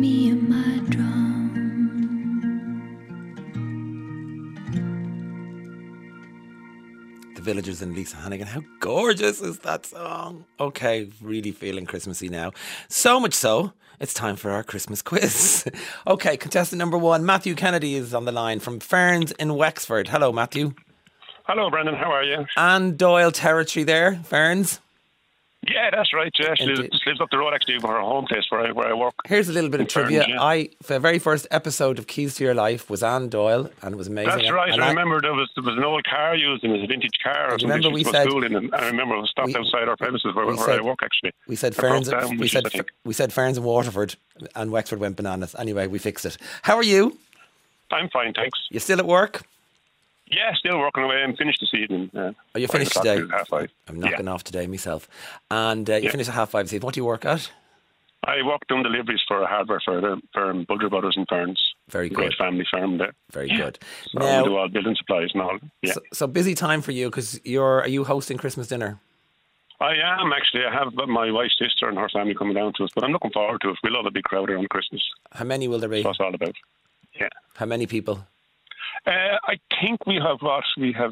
my drum. The Villagers and Lisa Hannigan. How gorgeous is that song? Okay, really feeling Christmassy now. So much so, it's time for our Christmas quiz. okay, contestant number one, Matthew Kennedy is on the line from Ferns in Wexford. Hello, Matthew. Hello, Brendan. How are you? And Doyle territory there, Ferns. Yeah, that's right. She actually Indeed. just lives up the road, actually, from her home place where I, where I work. Here's a little bit of Ferns, trivia. yeah. I the very first episode of Keys to Your Life was Anne Doyle, and it was amazing. That's right. And I, remember there was there was an old car used and it was a vintage car or something. remember She we was said- cool in it. I remember it was stopped we- outside our premises where, we where I said- work, actually. We said I broke Ferns. down, And, we which said is, I think. we said Ferns and Waterford, and Wexford went bananas. Anyway, we fixed it. How are you? I'm fine, thanks. You still at work? Yeah, still working away. I'm finished this evening. Uh, Are you five finished o'clock today? to half five. I'm yeah. knocking off today myself. And uh, you Yeah. finish at half five this evening. What do you work at? I work doing deliveries for a hardware firm, uh, firm Bulger Brothers and Ferns. Very Great good. family firm there. Very good. So we do now, all building supplies and all. Yeah. so, so busy time for you because you're are you hosting Christmas dinner? I am actually. I have my wife's sister and her family coming down to us, but I'm looking forward to it. We'll have a big crowd around Christmas. How many will there be? That's all about. Yeah. How many people? Uh, I think we have what? We have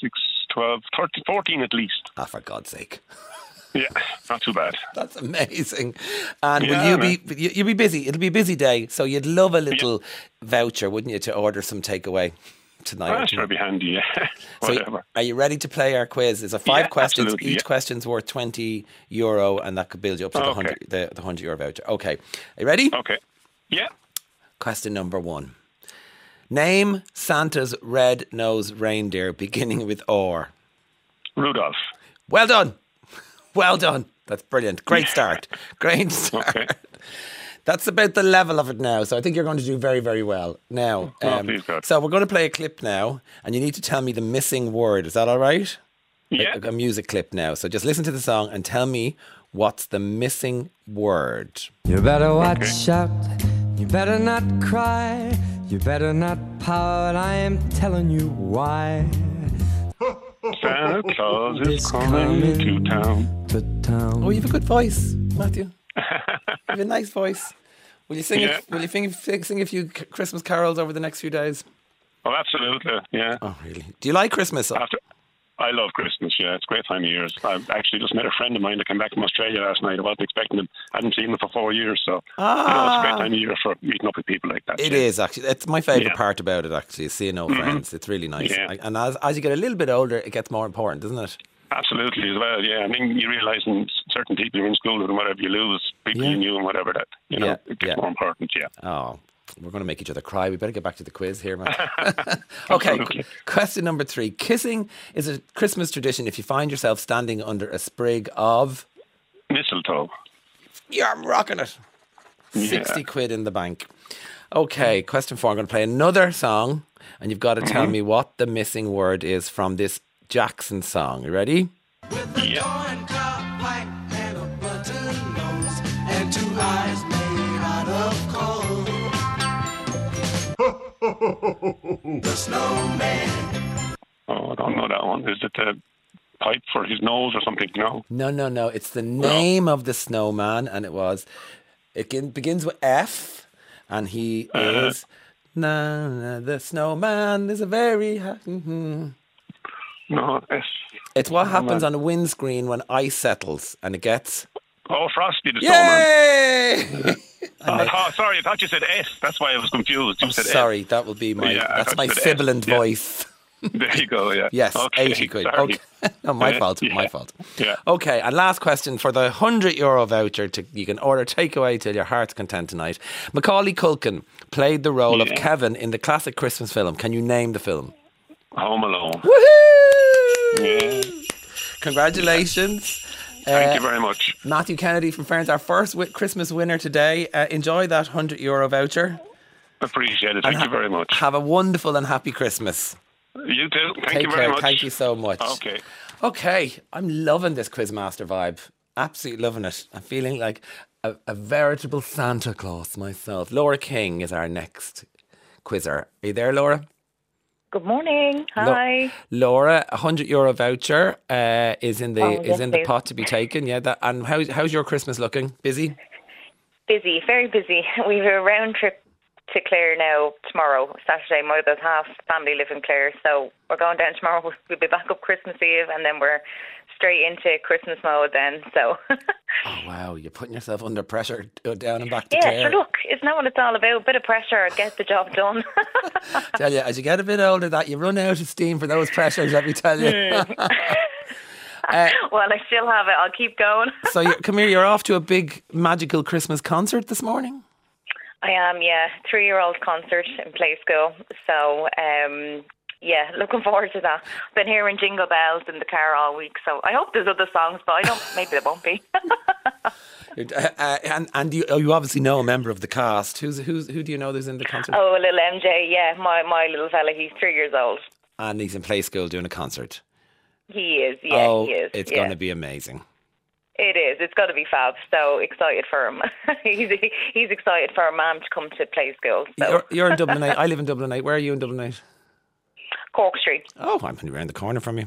six, 12, 13, 14 at least. Ah, for God's sake, Yeah, not too bad. that's amazing. And Yeah, will you be you- you'll be busy? It'll be a busy day, so you'd love a little voucher, wouldn't you, to order some takeaway tonight? or That's tomorrow? going to Ah, be handy. Yeah. So Whatever. are you ready to play our quiz? It's a five Yeah, questions. absolutely, Each yeah. question's worth twenty euro, and that could build you up to the Okay. hundred the, the hundred euro voucher. Okay, are you ready? Okay. Yeah. Question number one. Name Santa's red nosed reindeer beginning with R. Rudolph. Well done. Well done. That's brilliant. Great start. Great start. Okay. That's about the level of it now. So I think you're going to do very, very well. Now, um, Oh, please, God. so we're going to play a clip now, and you need to tell me the missing word. Is that all right? Yeah. A, a music clip now. So just listen to the song and tell me what's the missing word. You better watch out. You better not cry. You better not pout. I am telling you why. Santa Claus is It's coming to coming. town. To town. Oh, you have a good voice, Matthew. you have a nice voice. Will you sing? Yeah. A, will you sing, sing a few c- Christmas carols over the next few days? Oh, absolutely. Yeah. Oh, really? Do you like Christmas? After. I love Christmas. Yeah, it's a great time of year. I actually just met a friend of mine that came back from Australia last night. I wasn't expecting him. I hadn't seen him for four years, so you know, it's a great time of year for meeting up with people like that. Ah. It yeah. is actually. It's my favorite Yeah. Mm-hmm. part about it. Actually, is seeing old friends. It's really nice. Yeah. I- And as as you get a little bit older, it gets more important, doesn't it? Absolutely, as well. Yeah, I mean, you realise in certain people you're in school with and whatever you lose, people Yeah. you knew and whatever that you know Yeah, it gets yeah. more important. Yeah. Oh, we're going to make each other cry. We better get back to the quiz here, Matt. okay, qu- question number three. Kissing is a Christmas tradition. If you find yourself standing under a sprig of, Mistletoe. yeah, I'm rocking it. Yeah. 60 quid in the bank. Okay, question four. I'm going to play another song, and you've got to tell me what the missing word is from this Jackson song. You ready? Yeah. Corn cob pipe and a button nose and two eyes made out of coal. the snowman. Oh, I don't know that one. Is it the pipe for his nose or something? No. No, no, no. It's the name of the snowman, and it was. It gin- begins with F, and he is. Na, na, the snowman is a very. Ha- mhm. No. It's, it's what happens on a windscreen when ice settles, and it gets. oh, Frosty the Snowman. Yay! Oh, oh, sorry, I thought you said S. That's why I was confused. You said Sorry, that will be my. Yeah, I that's thought my you said F. sibilant Yeah. voice. S. There you go. Yeah. Yes, Okay, 80 quid. sorry. Okay. no, my Yeah, fault. My yeah, fault. yeah. Okay, and last question for the 100 euro voucher to, you can order takeaway till your heart's content tonight. Macaulay Culkin played the role of Yeah. Kevin in the classic Christmas film. Can you name the film? Home Alone. Woohoo! Yeah. Congratulations. Thank Uh, you very much. Matthew Kennedy from Ferns, our first wi- Christmas winner today. Uh, enjoy that 100 euro voucher. Appreciate it. Thank Uh-huh. you very much. Have a wonderful and happy Christmas. You too. Thank Uh-huh. Take you very care. much. Thank you so much. Okay. Okay, I'm loving this Quizmaster vibe. Absolutely loving it. I'm feeling like a, a veritable Santa Claus myself. Laura King is our next quizzer. Are you there, Laura? Good morning. Lo- Hi. Laura, a hundred euro voucher uh, is in the Oh, is yes, in the please. pot to be taken. Yeah, that, and how, how's your Christmas looking? Busy? Busy, very busy. We have a round trip to Clare now tomorrow, Saturday. My other half family live in Clare, so we're going down tomorrow. We'll- We'll be back up Christmas Eve, and then we're straight into Christmas mode then. So, Oh, wow, you're putting yourself under pressure to go down and back to yeah, Clare. sure, look, isn't that what it's all about? bit of pressure, get the job done. Tell you, as you get a bit older, that you run out of steam for those pressures. Let me tell you. Hmm. Uh, well, I still have it. I'll keep going. so, you come here. You're off to a big magical Christmas concert this morning. I am, yeah. Three year old concert in Play School. So, um, yeah, looking forward to that. Been hearing Jingle Bells in the car all week, so I hope there's other songs, but I don't, maybe there won't be. You're- Uh, uh, and and you, oh, you obviously know a member of the cast. Who's who's who do you know that's in the concert? oh, little MJ, yeah, my, my little fella, he's three years old. And he's in play school doing a concert. He is, yeah, oh, he is. it's yeah. going to be amazing. It is. It's got to be fab. So excited for him. he's he's excited for a mum to come to play school. So You're, you're in Dublin. I live in Dublin. Where are you in Dublin? Cork Street. Oh, I'm around the corner from you.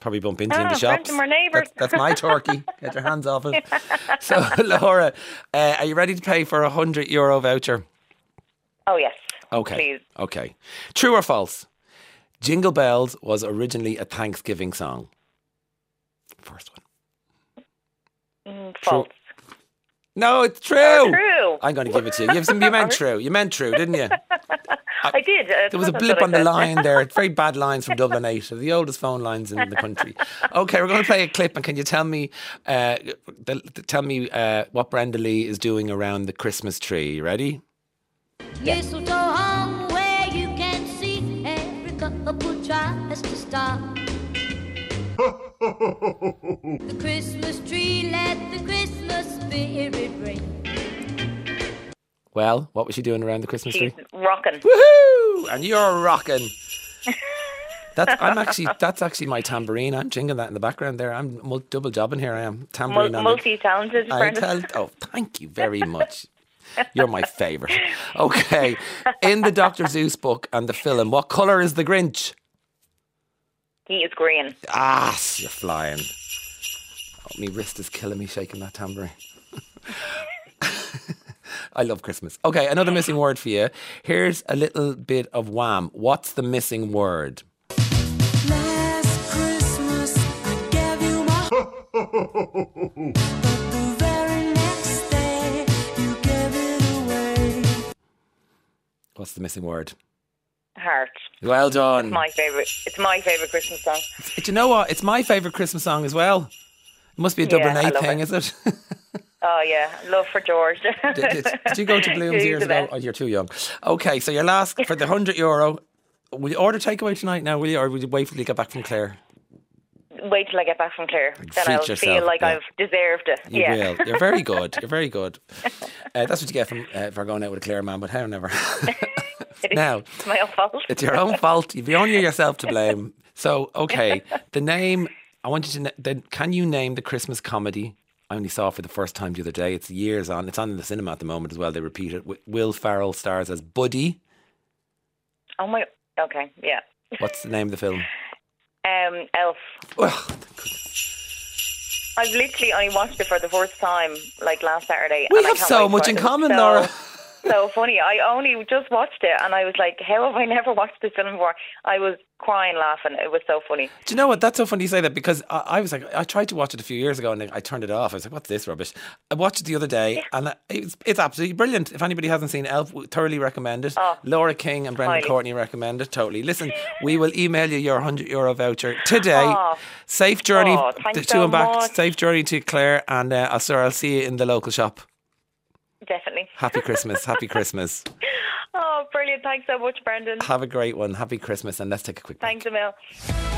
Probably bump into you in Ah, the friends shops. and we're neighbours. That's, that's my turkey. Get your hands off it. So, Laura, uh, are you ready to pay for a hundred euro voucher? Oh yes. Okay. Please. Okay. True or false? Jingle Bells was originally a Thanksgiving song. First one. Mm, False. No, it's true. Oh, True. I'm going to give it to you. You, you meant true. You meant true, didn't you? I did. Uh, There was a that's blip what I on the said. line there. It's very bad lines from Dublin 8, They're the oldest phone lines in the country. Okay, we're going to play a clip, and can you tell me, uh, the, the- tell me uh, what Brenda Lee is doing around the Christmas tree? You Ready? Mistletoe hung where you can see every couple tries to stop. the Christmas tree let the Christmas spirit ring. Well, what was she doing around the Christmas She's tree? rocking. Woohoo! And you're rocking. That's I'm actually that's actually my tambourine. I'm jingling that in the background there. I'm mul- double jobbing here. I am tambourine on the- Multi talented, I Brendan. tell, oh, thank you very much. You're my favourite. Okay. In the Dr. Zeus book and the film, what colour is the Grinch? He is green. Ah, s- you're flying. Oh, my wrist is killing me shaking that tambourine. I love Christmas. Okay, another missing word for you. Here's a little bit of wham. What's the missing word? Last Christmas, I gave you my heart. but the very next day, you gave it away. What's the missing word? Heart. Well done. My favourite. It's my favourite Christmas song. Do you know what? It's my favourite Christmas song as well. It must be a Dublin I 8 love thing, it. is it? Oh, yeah. Love for George. did, did- did you go to Bloom's He's years the ago? best. Oh, you're too young. Okay, so your last for the hundred euro. Will you order takeaway tonight now? Will you, or will you wait till you get back from Clare? Wait till I get back from Clare. Then Treat I'll yourself, feel like yeah. I've deserved it. You yeah. will. You're very good. You're very good. Uh, that's what you get from uh, for going out with a Clare man. But how never. now It's my own fault. it's your own fault. You've only yourself to blame. So okay, the name. I want you to. na- Then can you name the Christmas comedy? I only saw it for the first time the other day. It's years on. It's on in the cinema at the moment as well. They repeat it. Wi- Will Farrell stars as Buddy. Oh, my. Okay. Yeah. What's the name of the film? Um, Elf. Well, I've literally only watched it for the first time, like last Saturday. We and I have can't so wait much for in it. common, so, Laura. So funny. I only just watched it, and I was like, "How have I never watched this film before?" I was crying laughing. It was so funny. Do you know what? That's so funny you say that because I, I was like, I tried to watch it a few years ago and I turned it off. I was like, what's this rubbish? I watched it the other day and I, it's, it's absolutely brilliant. If anybody hasn't seen Elf, we thoroughly recommend it. Oh, Laura King and Brendan highly. Courtney recommend it totally. Listen, we will email you your 100 euro voucher today. Oh. Safe journey Oh, t- thanks to so and back. much. Safe journey to Claire and uh, I'll- sir, I'll see you in the local shop. Definitely. Happy Christmas. Happy Christmas. Oh, brilliant! Thanks so much, Brendan. Have a great one. Happy Christmas and let's take a quick break. Thanks, Emil.